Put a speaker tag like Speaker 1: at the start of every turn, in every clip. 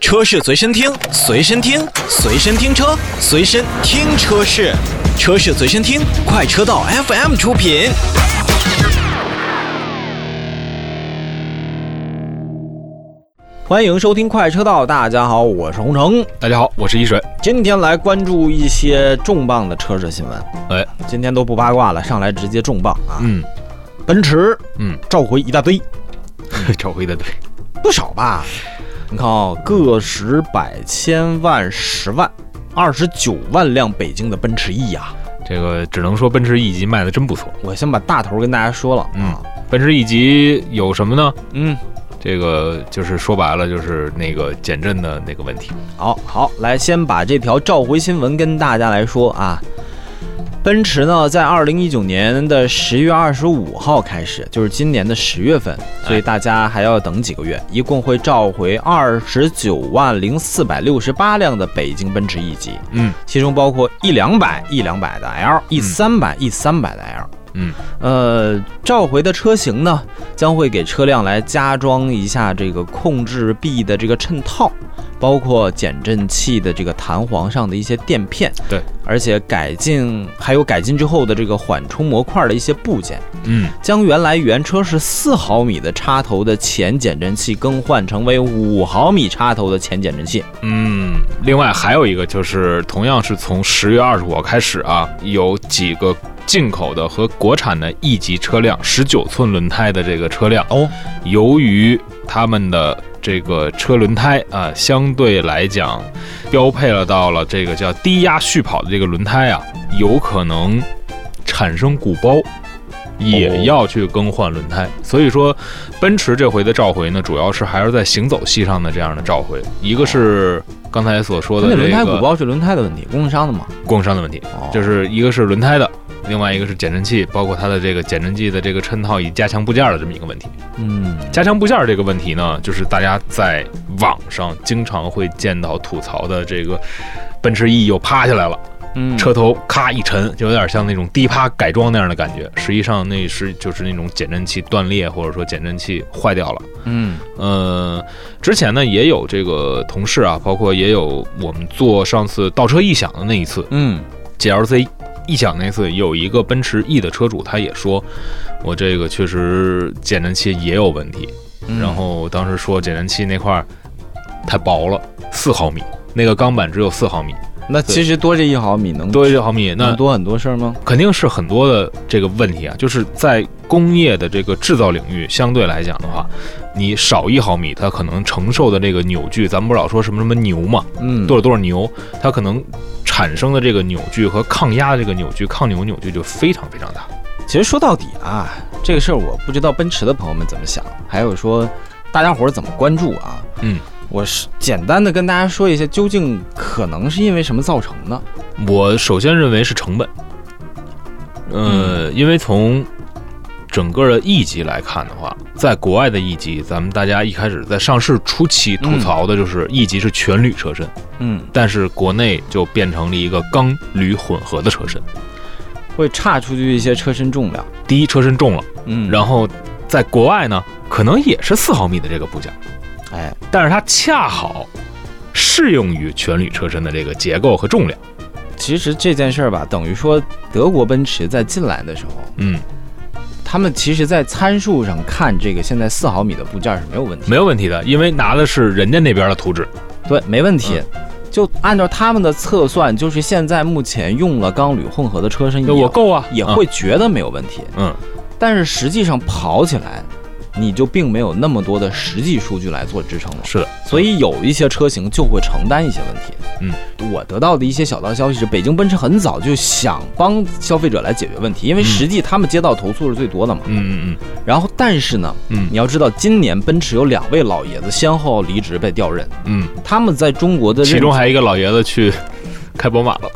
Speaker 1: 车是随身听，随身听，随身听车，随身听车是，车是随身听，快车道 FM 出品。欢迎收听快车道，大家好，我是洪城。
Speaker 2: 大家好，我是一水。
Speaker 1: 今天来关注一些重磅的车市新闻，
Speaker 2: 哎，
Speaker 1: 今天都不八卦了，上来直接重磅啊！
Speaker 2: 嗯
Speaker 1: 奔驰
Speaker 2: 嗯，
Speaker 1: 召回一大堆，
Speaker 2: 找回的对，
Speaker 1: 不少吧？你看啊、个十百千万十万，二十九万辆北京的奔驰 E 呀、
Speaker 2: 这个只能说奔驰 E 级卖的真不错。
Speaker 1: 我先把大头跟大家说了啊，
Speaker 2: 奔驰 E 级有什么呢？
Speaker 1: 嗯，
Speaker 2: 这个就是说白了，就是那个减震的那个问题。
Speaker 1: 好好来，先把这条召回新闻跟大家来说啊。奔驰呢，在二零一九年的十月二十五号开始，就是今年的十月份，所以大家还要等几个月，一共会召回二十九万零四百六十八辆的北京奔驰 E 级，
Speaker 2: 嗯
Speaker 1: 其中包括 E 两百、E 两百的 L、E 三百、E 三百的 L。
Speaker 2: 嗯，
Speaker 1: 呃，召回的车型呢，将会给车辆来加装一下这个控制臂的这个衬套，包括减震器的这个弹簧上的一些垫片，
Speaker 2: 对，
Speaker 1: 而且改进还有改进之后的这个缓冲模块的一些部件，
Speaker 2: 嗯，
Speaker 1: 将原来原车是四毫米的插头的前减震器更换成为五毫米插头的前减震器。
Speaker 2: 嗯，另外还有一个就是，同样是从十月二十五号开始啊，有几个进口的和国产的 E 级车辆，十九寸轮胎的这个车辆
Speaker 1: 哦，
Speaker 2: 由于他们的这个车轮胎啊，相对来讲标配了到了这个叫低压续跑的这个轮胎啊，有可能产生鼓包。也要去更换轮胎，所以说，奔驰这回的召回呢，主要是还是在行走系上的这样的召回，一个是刚才所说的
Speaker 1: 那轮胎
Speaker 2: 这
Speaker 1: 鼓
Speaker 2: 个
Speaker 1: 包是轮胎的问题，供应商的嘛？
Speaker 2: 供应商的问题，
Speaker 1: 哦，
Speaker 2: 就是一个是轮胎的，另外一个是减震器，包括它的这个减震器的这个衬套以及加强部件的这么一个问题。
Speaker 1: 嗯，
Speaker 2: 加强部件这个问题呢，就是大家在网上经常会见到吐槽的这个。奔驰 E 又趴下来了，
Speaker 1: 嗯
Speaker 2: 车头咔一沉，就有点像那种低趴改装那样的感觉。实际上那是就是那种减震器断裂，或者说减震器坏掉了。
Speaker 1: 嗯
Speaker 2: 呃，之前呢也有这个同事啊，包括也有我们做上次倒车异响的那一次，
Speaker 1: 嗯
Speaker 2: GLC 异响那次，有一个奔驰 E 的车主，他也说，我这个确实减震器也有问题。
Speaker 1: 嗯
Speaker 2: 然后当时说减震器那块儿太薄了，四毫米，那个钢板只有四毫米，
Speaker 1: 那其实多这一毫米能
Speaker 2: 多一毫米，那
Speaker 1: 能多很多事儿吗？
Speaker 2: 肯定是很多的这个问题啊。就是在工业的这个制造领域，相对来讲的话，你少一毫米，它可能承受的这个扭矩，咱们不老说什么什么牛嘛，
Speaker 1: 嗯，
Speaker 2: 多少多少牛，它可能产生的这个扭矩和抗压的这个扭矩、抗扭扭矩就非常非常大。
Speaker 1: 其实说到底啊，这个事儿我不知道奔驰的朋友们怎么想，还有说大家伙儿怎么关注啊？
Speaker 2: 嗯，
Speaker 1: 我是简单的跟大家说一下，究竟可能是因为什么造成的？
Speaker 2: 我首先认为是成本，呃，因为从整个的 E 级来看的话，在国外的 E 级，咱们大家一开始在上市初期吐槽的就是 E 级是全铝车身，
Speaker 1: 嗯，
Speaker 2: 但是国内就变成了一个钢铝混合的车身。
Speaker 1: 会差出去一些车身重量。
Speaker 2: 第一，车身重了，
Speaker 1: 嗯，
Speaker 2: 然
Speaker 1: 后
Speaker 2: 后在国外呢，可能也是四毫米的这个部件。
Speaker 1: 哎，
Speaker 2: 但是它恰好适用于全铝车身的这个结构和重量。
Speaker 1: 其实这件事儿吧，等于说德国奔驰在进来的时候，
Speaker 2: 嗯，
Speaker 1: 他们其实在参数上看这个现在四毫米的部件是没有问题的
Speaker 2: 没。有问题的，因为拿的是人家那边的图纸。
Speaker 1: 对，没问题。
Speaker 2: 嗯
Speaker 1: 就按照他们的测算，就是现在目前用了钢铝混合的车身也，
Speaker 2: 那我够啊，
Speaker 1: 也
Speaker 2: 嗯
Speaker 1: 会觉得没有问题。
Speaker 2: 嗯，
Speaker 1: 但是实际上跑起来，你就并没有那么多的实际数据来做支撑了。
Speaker 2: 是的，
Speaker 1: 所以有一些车型就会承担一些问题。嗯，我得到的一些小道消息是，北京奔驰很早就想帮消费者来解决问题，因为实际他们接到投诉是最多的嘛。
Speaker 2: 嗯嗯嗯
Speaker 1: 然后，但是呢，
Speaker 2: 嗯
Speaker 1: 你要知道，今年奔驰有两位老爷子先后离职被调任，
Speaker 2: 嗯
Speaker 1: 他们在中国的
Speaker 2: 嗯，
Speaker 1: 任
Speaker 2: 其中还有一个老爷子去开宝马了。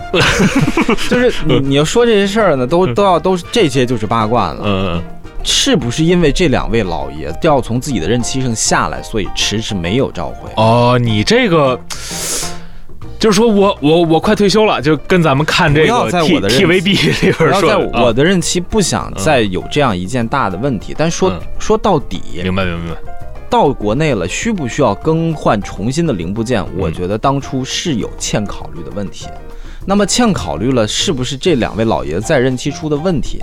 Speaker 1: 就是 你你要说这些事儿呢，都都要都是这些就是八卦了，
Speaker 2: 嗯嗯
Speaker 1: 是不是因为这两位老爷都要从自己的任期上下来，所以迟迟没有召回？
Speaker 2: 哦，你这个。就是说我我我快退休了，就跟咱们看这
Speaker 1: 不要
Speaker 2: 个
Speaker 1: 在我
Speaker 2: T
Speaker 1: 的任期
Speaker 2: TVB 里边
Speaker 1: 不
Speaker 2: 说
Speaker 1: 要
Speaker 2: 的
Speaker 1: 在
Speaker 2: 啊
Speaker 1: 我的任期不想
Speaker 2: 嗯
Speaker 1: 再有这样一件大的问题，但说
Speaker 2: 嗯
Speaker 1: 说到底，
Speaker 2: 明白明白明白，
Speaker 1: 到国内了，需不需要更换重新的零部件？
Speaker 2: 嗯
Speaker 1: 我觉得当初是有欠考虑的问题。那么欠考虑了，是不是这两位老爷子在任期出的问题？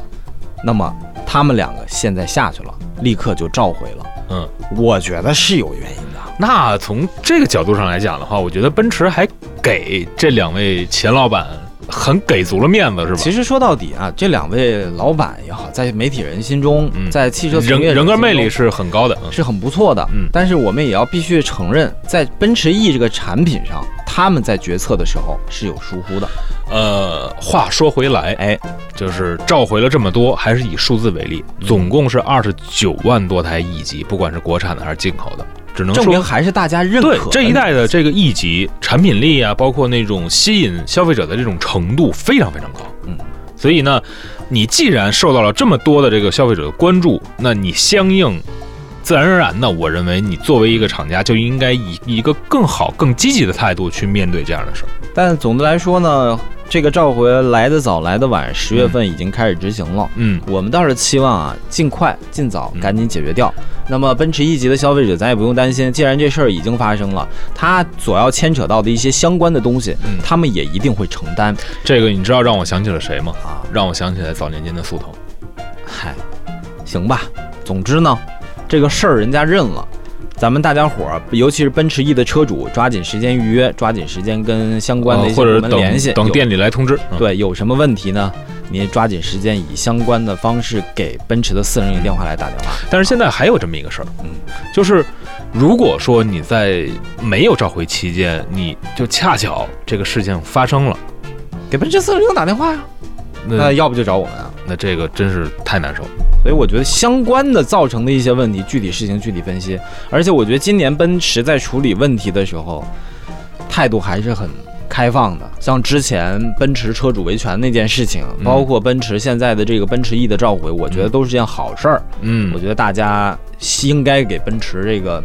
Speaker 1: 那么他们两个现在下去了，立刻就召回了。
Speaker 2: 嗯，
Speaker 1: 我觉得是有原因的。
Speaker 2: 那从这个角度上来讲的话，我觉得奔驰还给这两位钱老板很给足了面子，是吧？
Speaker 1: 其实说到底啊，这两位老板也好，在媒体人心中，
Speaker 2: 嗯
Speaker 1: 在汽车从
Speaker 2: 人
Speaker 1: 业者
Speaker 2: 人格魅
Speaker 1: 心
Speaker 2: 力
Speaker 1: 中
Speaker 2: 是很高的，嗯
Speaker 1: 是很不错的。
Speaker 2: 嗯
Speaker 1: 但是我们也要必须承认，在奔驰 E 这个产品上，他们在决策的时候是有疏忽的。
Speaker 2: 呃，话说回来，
Speaker 1: 哎，
Speaker 2: 就是召回了这么多，还是以数字为例，
Speaker 1: 嗯
Speaker 2: 总共是二十九万多台 E 级，不管是国产的还是进口的，只能
Speaker 1: 证明
Speaker 2: 说。
Speaker 1: 还是大家认可
Speaker 2: 对
Speaker 1: 的
Speaker 2: 这一代的这个 E 级产品力啊，包括那种吸引消费者的这种程度非常非常高，
Speaker 1: 嗯，
Speaker 2: 所以呢，你既然受到了这么多的这个消费者的关注，那你相应自然而然的，我认为你作为一个厂家就应该以一个更好、更积极的态度去面对这样的事儿。
Speaker 1: 但总的来说呢，这个召回来的早来的晚，十月份已经开始执行了。
Speaker 2: 嗯，
Speaker 1: 我们倒是期望啊，尽快、尽早、
Speaker 2: 嗯
Speaker 1: 赶紧解决掉。那么，奔驰 E 级的消费者，咱也不用担心。既然这事儿已经发生了，它所要牵扯到的一些相关的东西，
Speaker 2: 嗯
Speaker 1: 他们也一定会承担
Speaker 2: 这个你知道让我想起了谁吗？
Speaker 1: 啊。
Speaker 2: 让我想起来早年间的速腾。
Speaker 1: 嗨，行吧。总之呢，这个事儿人家认了，咱们大家伙儿，尤其是奔驰 E 的车主，抓紧时间预约，抓紧时间跟相关的
Speaker 2: 呃
Speaker 1: 一些
Speaker 2: 或
Speaker 1: 部
Speaker 2: 者
Speaker 1: 门
Speaker 2: 等
Speaker 1: 联系，
Speaker 2: 等
Speaker 1: 有
Speaker 2: 店里来通知。嗯，
Speaker 1: 对，有什么问题呢？您抓紧时间以相关的方式给奔驰的私人电话来打电话。
Speaker 2: 但是现在还有这么一个事儿，
Speaker 1: 嗯，
Speaker 2: 就是如果说你在没有召回期间，你就恰巧这个事情发生了，
Speaker 1: 给奔驰四零打电话呀、
Speaker 2: 那、
Speaker 1: 那要不就找我们啊。
Speaker 2: 那这个真是太难受了。
Speaker 1: 所以我觉得相关的造成的一些问题，具体事情具体分析。而且我觉得今年奔驰在处理问题的时候，态度还是很开放的。像之前奔驰车主维权那件事情，
Speaker 2: 嗯
Speaker 1: 包括奔驰现在的这个奔驰 E 的召回，我觉得都是件好事儿。
Speaker 2: 嗯
Speaker 1: 我觉得大家应该给奔驰这个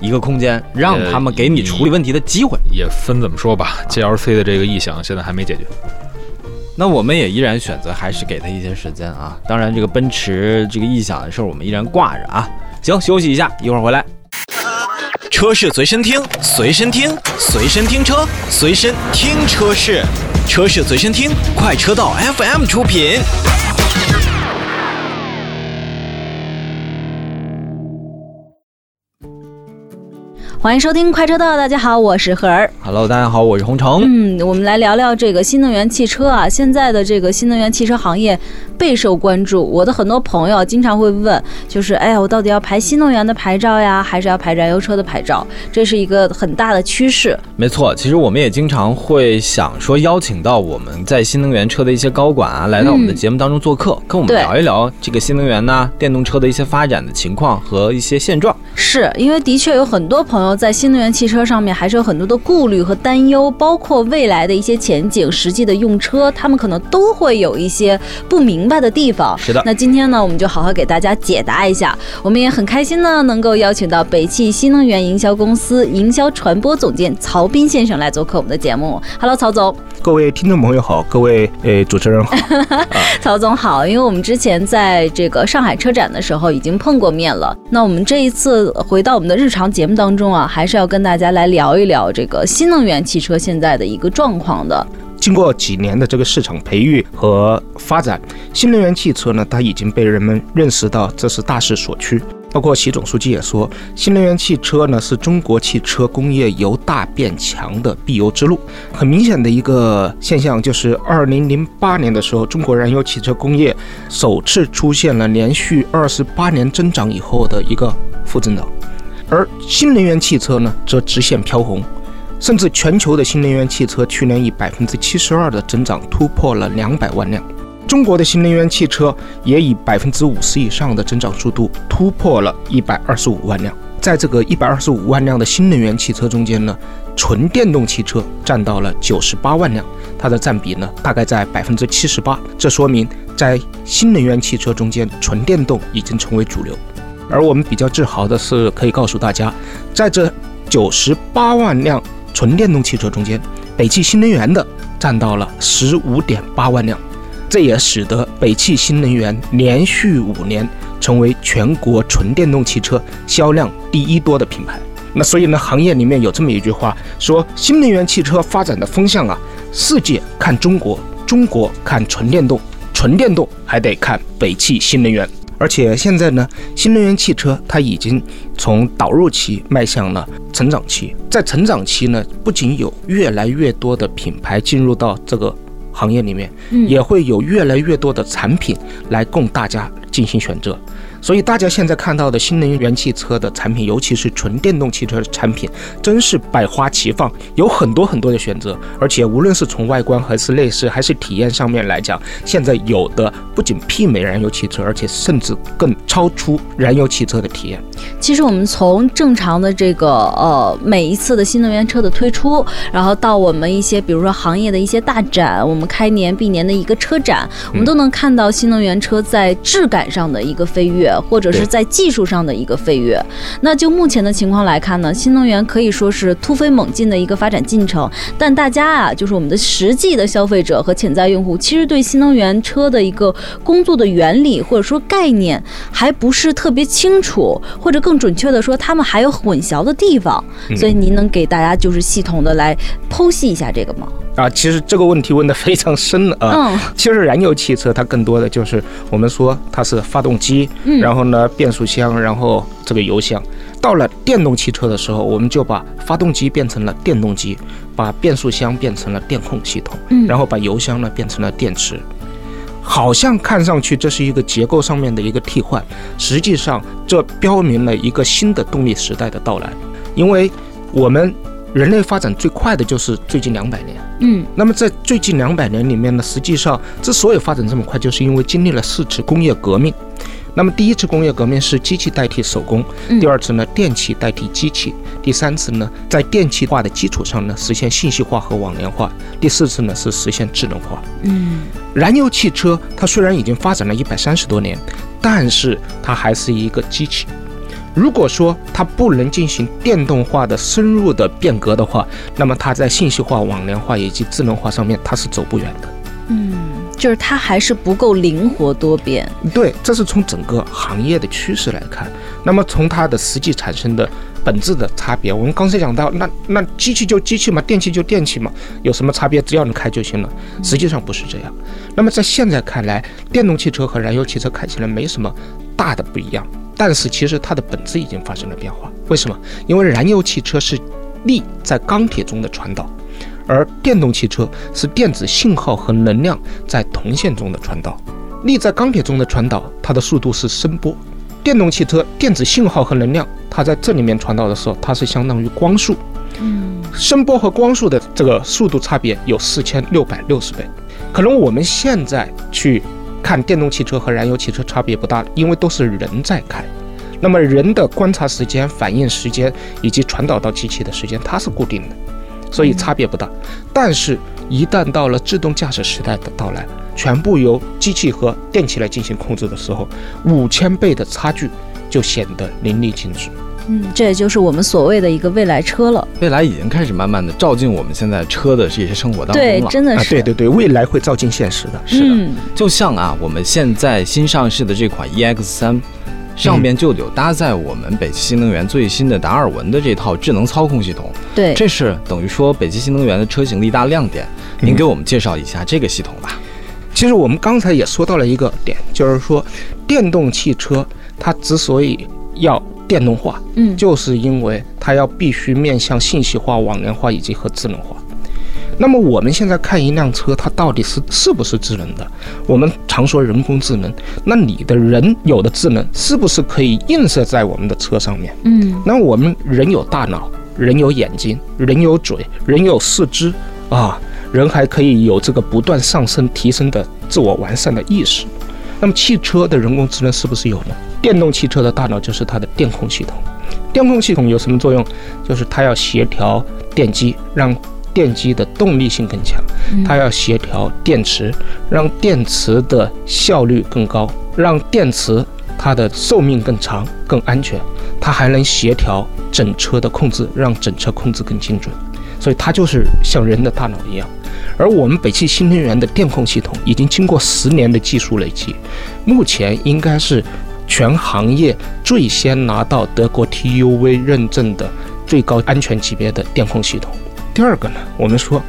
Speaker 1: 一个空间，让他们给你处理问题的机会。
Speaker 2: 也分怎么说吧，GLC 的这个异响现在还没解决。
Speaker 1: 那我们也依然选择还是给他一些时间啊。当然，这个奔驰这个异响的事儿，我们依然挂着啊。行，休息一下，一会儿回来。
Speaker 3: 车是随身听，随身听，随身听车，随身听车是，车是随身听，快车道 FM 出品。
Speaker 4: 欢迎收听快车道，大家好，我是何儿。
Speaker 1: Hello，大家好，我是洪城。
Speaker 4: 嗯，我们来聊聊这个新能源汽车啊。现在的这个新能源汽车行业备受关注，我的很多朋友经常会问，就是哎呀，我到底要排新能源的牌照呀，还是要排燃油车的牌照？这是一个很大的趋势。
Speaker 1: 没错，其实我们也经常会想说，邀请到我们在新能源车的一些高管啊，来到我们的节目当中做客，跟我们
Speaker 4: 对
Speaker 1: 聊一聊这个新能源呐、电动车的一些发展的情况和一些现状。
Speaker 4: 是因为的确有很多朋友在新能源汽车上面还是有很多的顾虑和担忧，包括未来的一些前景、实际的用车，他们可能都会有一些不明白的地方。
Speaker 1: 是的
Speaker 4: 那今天呢，我们就好好给大家解答一下。我们也很开心呢，能够邀请到北汽新能源营销公司营销传播总监曹斌先生来做客我们的节目。Hello，曹总。
Speaker 5: 各位听众朋友好，各位呃主持人好，
Speaker 4: 曹总好，因为我们之前在这个上海车展的时候已经碰过面了。那我们这一次回到我们的日常节目当中啊，还是要跟大家来聊一聊这个新能源汽车现在的一个状况的。
Speaker 5: 经过几年的这个市场培育和发展，新能源汽车呢，它已经被人们认识到这是大势所趋。包括习总书记也说，新能源汽车呢是中国汽车工业由大变强的必由之路。很明显的一个现象就是，二零零八年的时候，中国燃油汽车工业首次出现了连续二十八年增长以后的一个负增长，而新能源汽车呢则直线飘红。甚至全球的新能源汽车去年以百分之七十二的增长突破了两百万辆，中国的新能源汽车也以百分之五十以上的增长速度突破了一百二十五万辆。在这个一百二十五万辆的新能源汽车中间呢，纯电动汽车占到了九十八万辆，它的占比呢大概在百分之七十八。这说明在新能源汽车中间，纯电动已经成为主流。而我们比较自豪的是，可以告诉大家，在这九十八万辆纯电动汽车中间，北汽新能源的占到了十五点八万辆，这也使得北汽新能源连续五年。成为全国纯电动汽车销量第一多的品牌。那所以呢，行业里面有这么一句话说，新能源汽车发展的风向啊，世界看中国，中国看纯电动，纯电动还得看北汽新能源。而且现在呢，新能源汽车它已经从导入期迈向了成长期，在成长期呢，不仅有越来越多的品牌进入到这个行业里面，也会有越来越多的产品来供大家进行选择。所以大家现在看到的新能源汽车的产品，尤其是纯电动汽车的产品，真是百花齐放，有很多很多的选择。而且无论是从外观还是内饰还是体验上面来讲，现在有的不仅媲美燃油汽车，而且甚至更超出燃油汽车的体验。
Speaker 4: 其实我们从正常的这个呃每一次的新能源车的推出，然后到我们一些比如说行业的一些大展，我们开年闭年的一个车展，我们都能看到新能源车在质感上的一个飞跃，或者是
Speaker 5: 对
Speaker 4: 在技术上的一个飞跃。那就目前的情况来看呢，新能源可以说是突飞猛进的一个发展进程，但大家啊，就是我们的实际的消费者和潜在用户，其实对新能源车的一个工作的原理或者说概念还不是特别清楚，或者更准确的说，他们还有混淆的地方。
Speaker 5: 嗯
Speaker 4: 所以您能给大家就是系统的来剖析一下这个吗？
Speaker 5: 啊，其实这个问题问得非常深了啊。
Speaker 4: 嗯
Speaker 5: 其实燃油汽车它更多的就是我们说它是发动机，
Speaker 4: 嗯
Speaker 5: 然后呢变速箱，然后这个油箱。到了电动汽车的时候，我们就把发动机变成了电动机，把变速箱变成了电控系统，
Speaker 4: 嗯
Speaker 5: 然后把油箱呢变成了电池。好像看上去这是一个结构上面的一个替换，实际上这标明了一个新的动力时代的到来，因为我们人类发展最快的就是最近两百年。
Speaker 4: 嗯
Speaker 5: 那么在最近两百年里面呢，实际上之所以发展这么快，就是因为经历了四次工业革命。那么第一次工业革命是机器代替手工，
Speaker 4: 嗯
Speaker 5: 第二次呢电器代替机器，第三次呢在电气化的基础上呢实现信息化和网联化，第四次呢是实现智能化。
Speaker 4: 嗯
Speaker 5: 燃油汽车它虽然已经发展了一百三十多年，但是它还是一个机器。如果说它不能进行电动化的深入的变革的话，那么它在信息化、网联化以及智能化上面，它是走不远的。
Speaker 4: 嗯，就是它还是不够灵活多变。
Speaker 5: 对，这是从整个行业的趋势来看。那么从它的实际产生的本质的差别，我们刚才讲到，那那机器就机器嘛，电器就电器嘛，有什么差别？只要能开就行了。实际上不是这样。那么在现在看来，电动汽车和燃油汽车看起来没什么大的不一样，但是其实它的本质已经发生了变化。为什么？因为燃油汽车是力在钢铁中的传导。而电动汽车是电子信号和能量在铜线中的传导。力在钢铁中的传导，它的速度是声波。电动汽车电子信号和能量，它在这里面传导的时候，它是相当于光速。
Speaker 4: 嗯
Speaker 5: 声波和光速的这个速度差别有四千六百六十倍。可能我们现在去看电动汽车和燃油汽车差别不大，因为都是人在开。那么人的观察时间、反应时间以及传导到机器的时间，它是固定的，所以差别不大。但是，一旦到了自动驾驶时代的到来，全部由机器和电器来进行控制的时候，五千倍的差距就显得淋漓尽致。
Speaker 4: 嗯，这也就是我们所谓的一个未来车了。
Speaker 1: 未来已经开始慢慢的照进我们现在车的这些生活当
Speaker 4: 对
Speaker 1: 中，了。
Speaker 4: 真的
Speaker 5: 啊，
Speaker 4: 是。
Speaker 5: 对对对，未来会照进现实的。
Speaker 1: 是的，
Speaker 4: 嗯
Speaker 1: 就像啊，我们现在新上市的这款 EX 三，上面就有搭载我们北汽新能源最新的达尔文的这套智能操控系统，
Speaker 4: 对，
Speaker 1: 这是等于说北汽新能源的车型的一大亮点。
Speaker 4: 嗯
Speaker 1: 您给我们介绍一下这个系统吧。
Speaker 5: 其实我们刚才也说到了一个点，就是说，电动汽车它之所以要电动化，
Speaker 4: 嗯
Speaker 5: 就是因为它要必须面向信息化、网联化以及和智能化。那么我们现在看一辆车，它到底是是不是智能的？我们常说人工智能，那你的人有的智能是不是可以映射在我们的车上面？
Speaker 4: 嗯
Speaker 5: 那我们人有大脑，人有眼睛，人有嘴，人有四肢啊，人还可以有这个不断上升提升的自我完善的意识。那么汽车的人工智能是不是有呢？电动汽车的大脑就是它的电控系统。电控系统有什么作用？就是它要协调电机，让电机的动力性更强；它要协调电池，让电池的效率更高，让电池它的寿命更长、更安全。它还能协调整车的控制，让整车控制更精准。所以它就是像人的大脑一样。而我们北汽新能源的电控系统已经经过十年的技术累积，目前应该是全行业最先拿到德国 TÜV 认证的最高安全级别的电控系统。第二个呢，我们说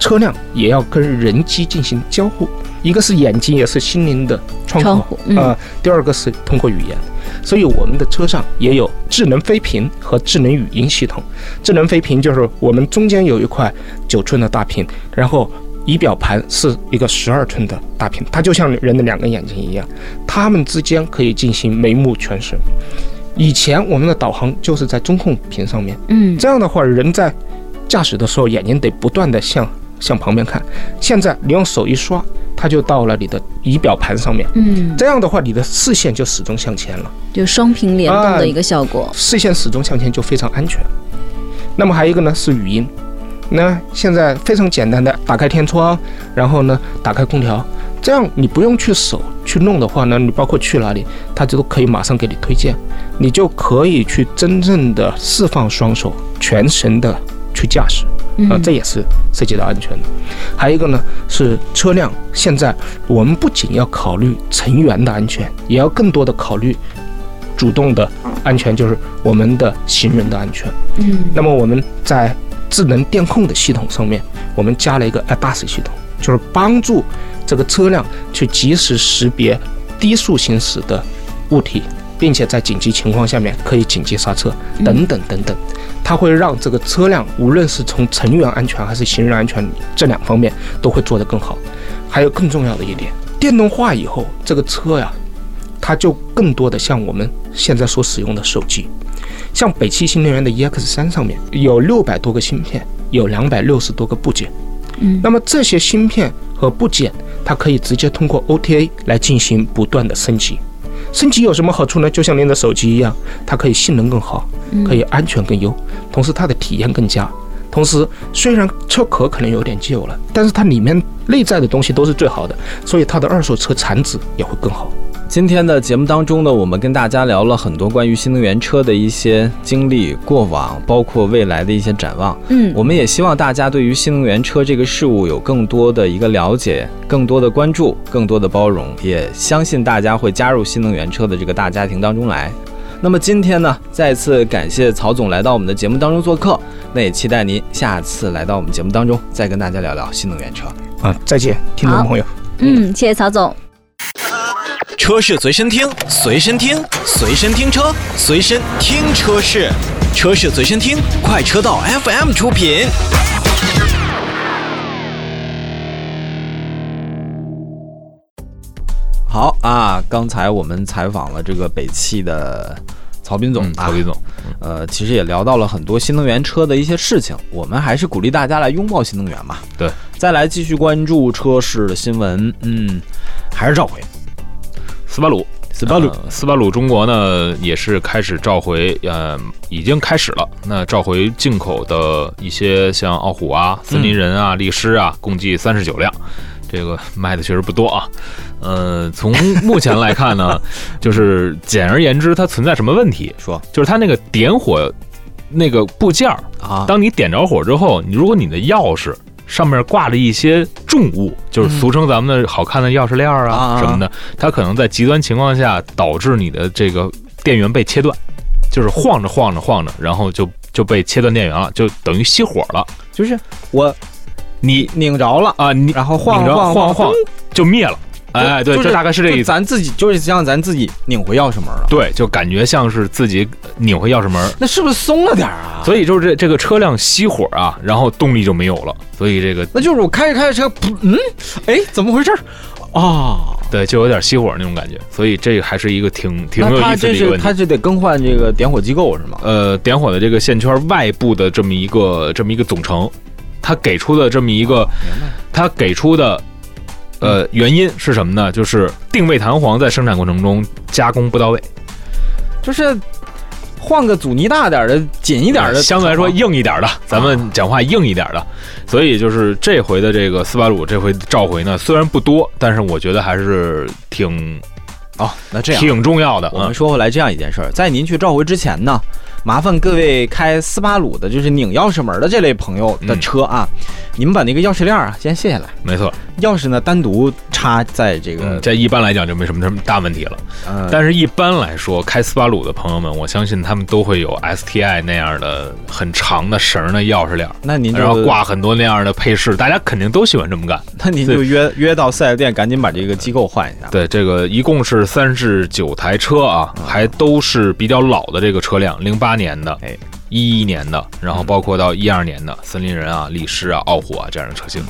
Speaker 5: 车辆也要跟人机进行交互，一个是眼睛，也是心灵的窗口，
Speaker 4: 窗户嗯
Speaker 5: 呃，第二个是通过语言。所以我们的车上也有智能飞屏和智能语音系统。智能飞屏就是我们中间有一块九寸的大屏，然后仪表盘是一个十二寸的大屏，它就像人的两个眼睛一样，它们之间可以进行眉目全神。以前我们的导航就是在中控屏上面，
Speaker 4: 嗯，
Speaker 5: 这样的话，人在驾驶的时候，眼睛得不断的向向旁边看。现在你用手一刷，它就到了你的仪表盘上面。
Speaker 4: 嗯，
Speaker 5: 这样的话，你的视线就始终向前了，
Speaker 4: 就双屏联动
Speaker 5: 啊
Speaker 4: 的一个效果。
Speaker 5: 视线始终向前就非常安全。那么还有一个呢是语音，那现在非常简单的打开天窗，然后呢打开空调，这样你不用去手去弄的话呢，你包括去哪里，它就都可以马上给你推荐，你就可以去真正的释放双手，全神的去驾驶。
Speaker 4: 嗯
Speaker 5: 啊，这也是涉及到安全的。还有一个呢是车辆，现在我们不仅要考虑成员的安全，也要更多的考虑主动的安全，就是我们的行人的安全。
Speaker 4: 嗯
Speaker 5: 那么我们在智能电控的系统上面，我们加了一个 ADAS 系统，就是帮助这个车辆去及时识别低速行驶的物体，并且在紧急情况下面可以紧急刹车等等等等。它会让这个车辆无论是从成员安全还是行人安全这两方面都会做得更好。还有更重要的一点，电动化以后，这个车呀，它就更多的像我们现在所使用的手机。像北汽新能源的 EX 三上面有六百多个芯片，有两百六十多个部件。
Speaker 4: 嗯
Speaker 5: 那么这些芯片和部件，它可以直接通过 OTA 来进行不断的升级。升级有什么好处呢？就像您的手机一样，它可以性能更好，
Speaker 4: 嗯
Speaker 5: 可以安全更优，同时它的体验更佳。同时，虽然车壳可能有点旧了，但是它里面内在的东西都是最好的，所以它的二手车产值也会更好。
Speaker 1: 今天的节目当中呢，我们跟大家聊了很多关于新能源车的一些经历、过往，包括未来的一些展望。
Speaker 4: 嗯
Speaker 1: 我们也希望大家对于新能源车这个事物有更多的一个了解、更多的关注、更多的包容，也相信大家会加入新能源车的这个大家庭当中来。那么今天呢，再次感谢曹总来到我们的节目当中做客，那也期待您下次来到我们节目当中再跟大家聊聊新能源车。
Speaker 5: 啊，再见，听众
Speaker 4: 好
Speaker 5: 朋友。
Speaker 4: 嗯，谢谢曹总。
Speaker 3: 车是随身听，随身听，随身听车，随身听车是，车是随身听，快车道 FM 出品。
Speaker 1: 好啊，刚才我们采访了这个北汽的曹斌总、啊
Speaker 2: 嗯，曹斌总，
Speaker 1: 呃，其实也聊到了很多新能源车的一些事情，我们还是鼓励大家来拥抱新能源嘛。
Speaker 2: 对，
Speaker 1: 再来继续关注车市的新闻，嗯，还是召回
Speaker 2: 斯巴鲁，
Speaker 1: 斯巴鲁
Speaker 2: 呃斯巴鲁中国呢也是开始召回，呃，已经开始了。那召回进口的一些像傲虎啊、森林人啊、力狮啊，共计三十九辆，这个卖的确实不多啊。呃，从目前来看呢，就是简而言之，它存在什么问题？
Speaker 1: 说
Speaker 2: 就是它那个点火那个部件儿，
Speaker 1: 啊，
Speaker 2: 当你点着火之后，你如果你的钥匙上面挂了一些重物，就是俗称咱们的好看的钥匙链儿
Speaker 1: 嗯啊
Speaker 2: 啊什么的，它可能在极端情况下导致你的这个电源被切断，就是晃着晃着晃着，然后就就被切断电源了，就等于熄火了。
Speaker 1: 就是我
Speaker 2: 你
Speaker 1: 拧着了，
Speaker 2: 啊，你
Speaker 1: 然后晃
Speaker 2: 拧着
Speaker 1: 晃
Speaker 2: 晃晃就灭了。哎，对，
Speaker 1: 就是
Speaker 2: 这大概是这
Speaker 1: 就
Speaker 2: 意思。
Speaker 1: 咱自己就是像咱自己拧回钥匙门了，
Speaker 2: 对，就感觉像是自己拧回钥匙门儿，
Speaker 1: 那是不是松了点儿啊？
Speaker 2: 所以就是这这个车辆熄火啊，然后动力就没有了，所以这个
Speaker 1: 那就是我开着开着车，噗嗯，哎，怎么回事儿？啊，
Speaker 2: 对，就有点熄火那种感觉，所以这个还是一个挺挺有
Speaker 1: 那
Speaker 2: 意
Speaker 1: 他
Speaker 2: 思
Speaker 1: 这
Speaker 2: 的一个
Speaker 1: 是
Speaker 2: 问
Speaker 1: 他
Speaker 2: 题。
Speaker 1: 这得更换这个点火机构是吗？
Speaker 2: 呃，点火的这个线圈外部的这么一个这么一个总成，它给出的这么一个，
Speaker 1: 哦明白。
Speaker 2: 它给出的呃原因是什么呢？就是定位弹簧在生产过程中加工不到位，
Speaker 1: 就是换个阻尼大点儿的、紧一点儿的，啊
Speaker 2: 相对来说硬一点的，咱们讲话硬一点的。所以就是这回的这个斯巴鲁这回召回呢，虽然不多，但是我觉得还是挺
Speaker 1: 哦，那这样。
Speaker 2: 挺重要的
Speaker 1: 我
Speaker 2: 啊
Speaker 1: 们。说回来，这样一件事儿，在您去召回之前呢，麻烦各位开斯巴鲁的，就是拧钥匙门的这类朋友
Speaker 2: 嗯
Speaker 1: 的车啊，你们把那个钥匙链啊先卸下来，
Speaker 2: 没错，
Speaker 1: 钥匙呢单独插在这个
Speaker 2: 嗯，这一般来讲就没什么什么大问题了。
Speaker 1: 呃
Speaker 2: 但是，一般来说，开斯巴鲁的朋友们，我相信他们都会有 STI 那样的很长的绳儿的钥匙链儿，
Speaker 1: 那您
Speaker 2: 然后
Speaker 1: 就，
Speaker 2: 挂很多那样的配饰，大家肯定都喜欢这么干。
Speaker 1: 那您就约约到四 S 店，赶紧把这个机构换一下。
Speaker 2: 对，这个一共是三十九台车啊，
Speaker 1: 嗯
Speaker 2: 还都是比较老的这个车辆，零八年的，
Speaker 1: 哎，嗯
Speaker 2: 一一年的，然后包括到一二年的森林人啊、力狮啊、傲虎啊这样的车型。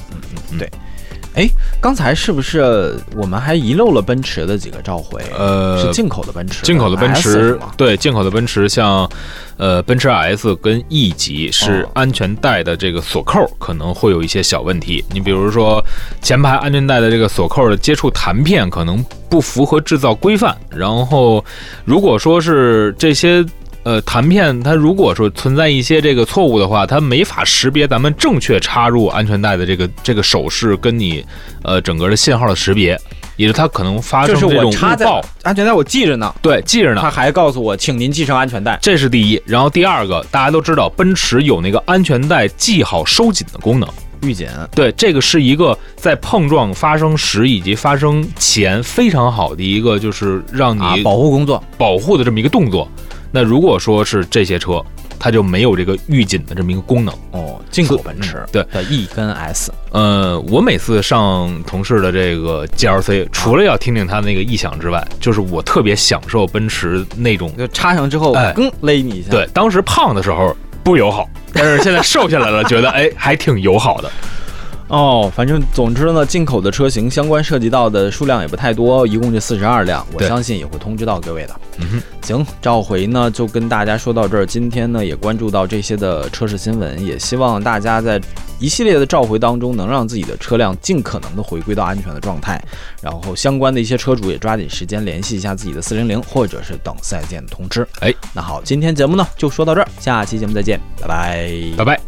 Speaker 1: 刚才是不是我们还遗漏了奔驰的几个召回？
Speaker 2: 呃，
Speaker 1: 是进口的奔驰，
Speaker 2: 进口的奔
Speaker 1: S 是
Speaker 2: 驰
Speaker 1: 吗，
Speaker 2: 对进口的奔驰，像呃奔驰 S 跟 E 级是
Speaker 1: 哦
Speaker 2: 安全带的这个锁扣可能会有一些小问题。你比如说前排安全带的这个锁扣的接触弹片可能不符合制造规范，然后如果说是这些。呃，弹片它如果说存在一些这个错误的话，它没法识别咱们正确插入安全带的这个这个手势跟你呃整个的信号的识别，也就是它可能发
Speaker 1: 就
Speaker 2: 生
Speaker 1: 是
Speaker 2: 这种
Speaker 1: 我
Speaker 2: 误
Speaker 1: 插在
Speaker 2: 报。
Speaker 1: 安全带，我系着呢。
Speaker 2: 对，记着呢，
Speaker 1: 他还告诉我，请您系上安全带。
Speaker 2: 这是第一。然后第二个，大家都知道，奔驰有那个安全带系好收紧的功能。
Speaker 1: 预警，
Speaker 2: 对，这个是一个在碰撞发生时以及发生前非常好的一个，就是让
Speaker 1: 啊
Speaker 2: 你，
Speaker 1: 保护工作。
Speaker 2: 保护的这么一个动作。那如果说是这些车，它就没有这个预警的这么一个功能。
Speaker 1: 哦，进口奔驰
Speaker 2: 嗯对
Speaker 1: 的 E 跟 S，
Speaker 2: 呃，我每次上同事的这个 GLC，除了要听听它那个异响之外，就是我特别享受奔驰那种
Speaker 1: 就插上之后，
Speaker 2: 哎
Speaker 1: 更勒你一下。，
Speaker 2: 对，当时胖的时候不友好，但是现在瘦下来了，觉得哎还挺友好的。
Speaker 1: 哦，反正总之呢，进口的车型相关涉及到的数量也不太多，一共就四十二辆，我
Speaker 2: 对
Speaker 1: 相信也会通知到各位的。
Speaker 2: 嗯哼，
Speaker 1: 行，召回呢就跟大家说到这儿。今天呢也关注到这些的车市新闻，也希望大家在一系列的召回当中，能让自己的车辆尽可能的回归到安全的状态。然后相关的一些车主也抓紧时间联系一下自己的四零零，或者是等四 S 店的通知。
Speaker 2: 哎，
Speaker 1: 那好，今天节目呢就说到这儿，下期节目再见，拜拜
Speaker 2: 拜拜。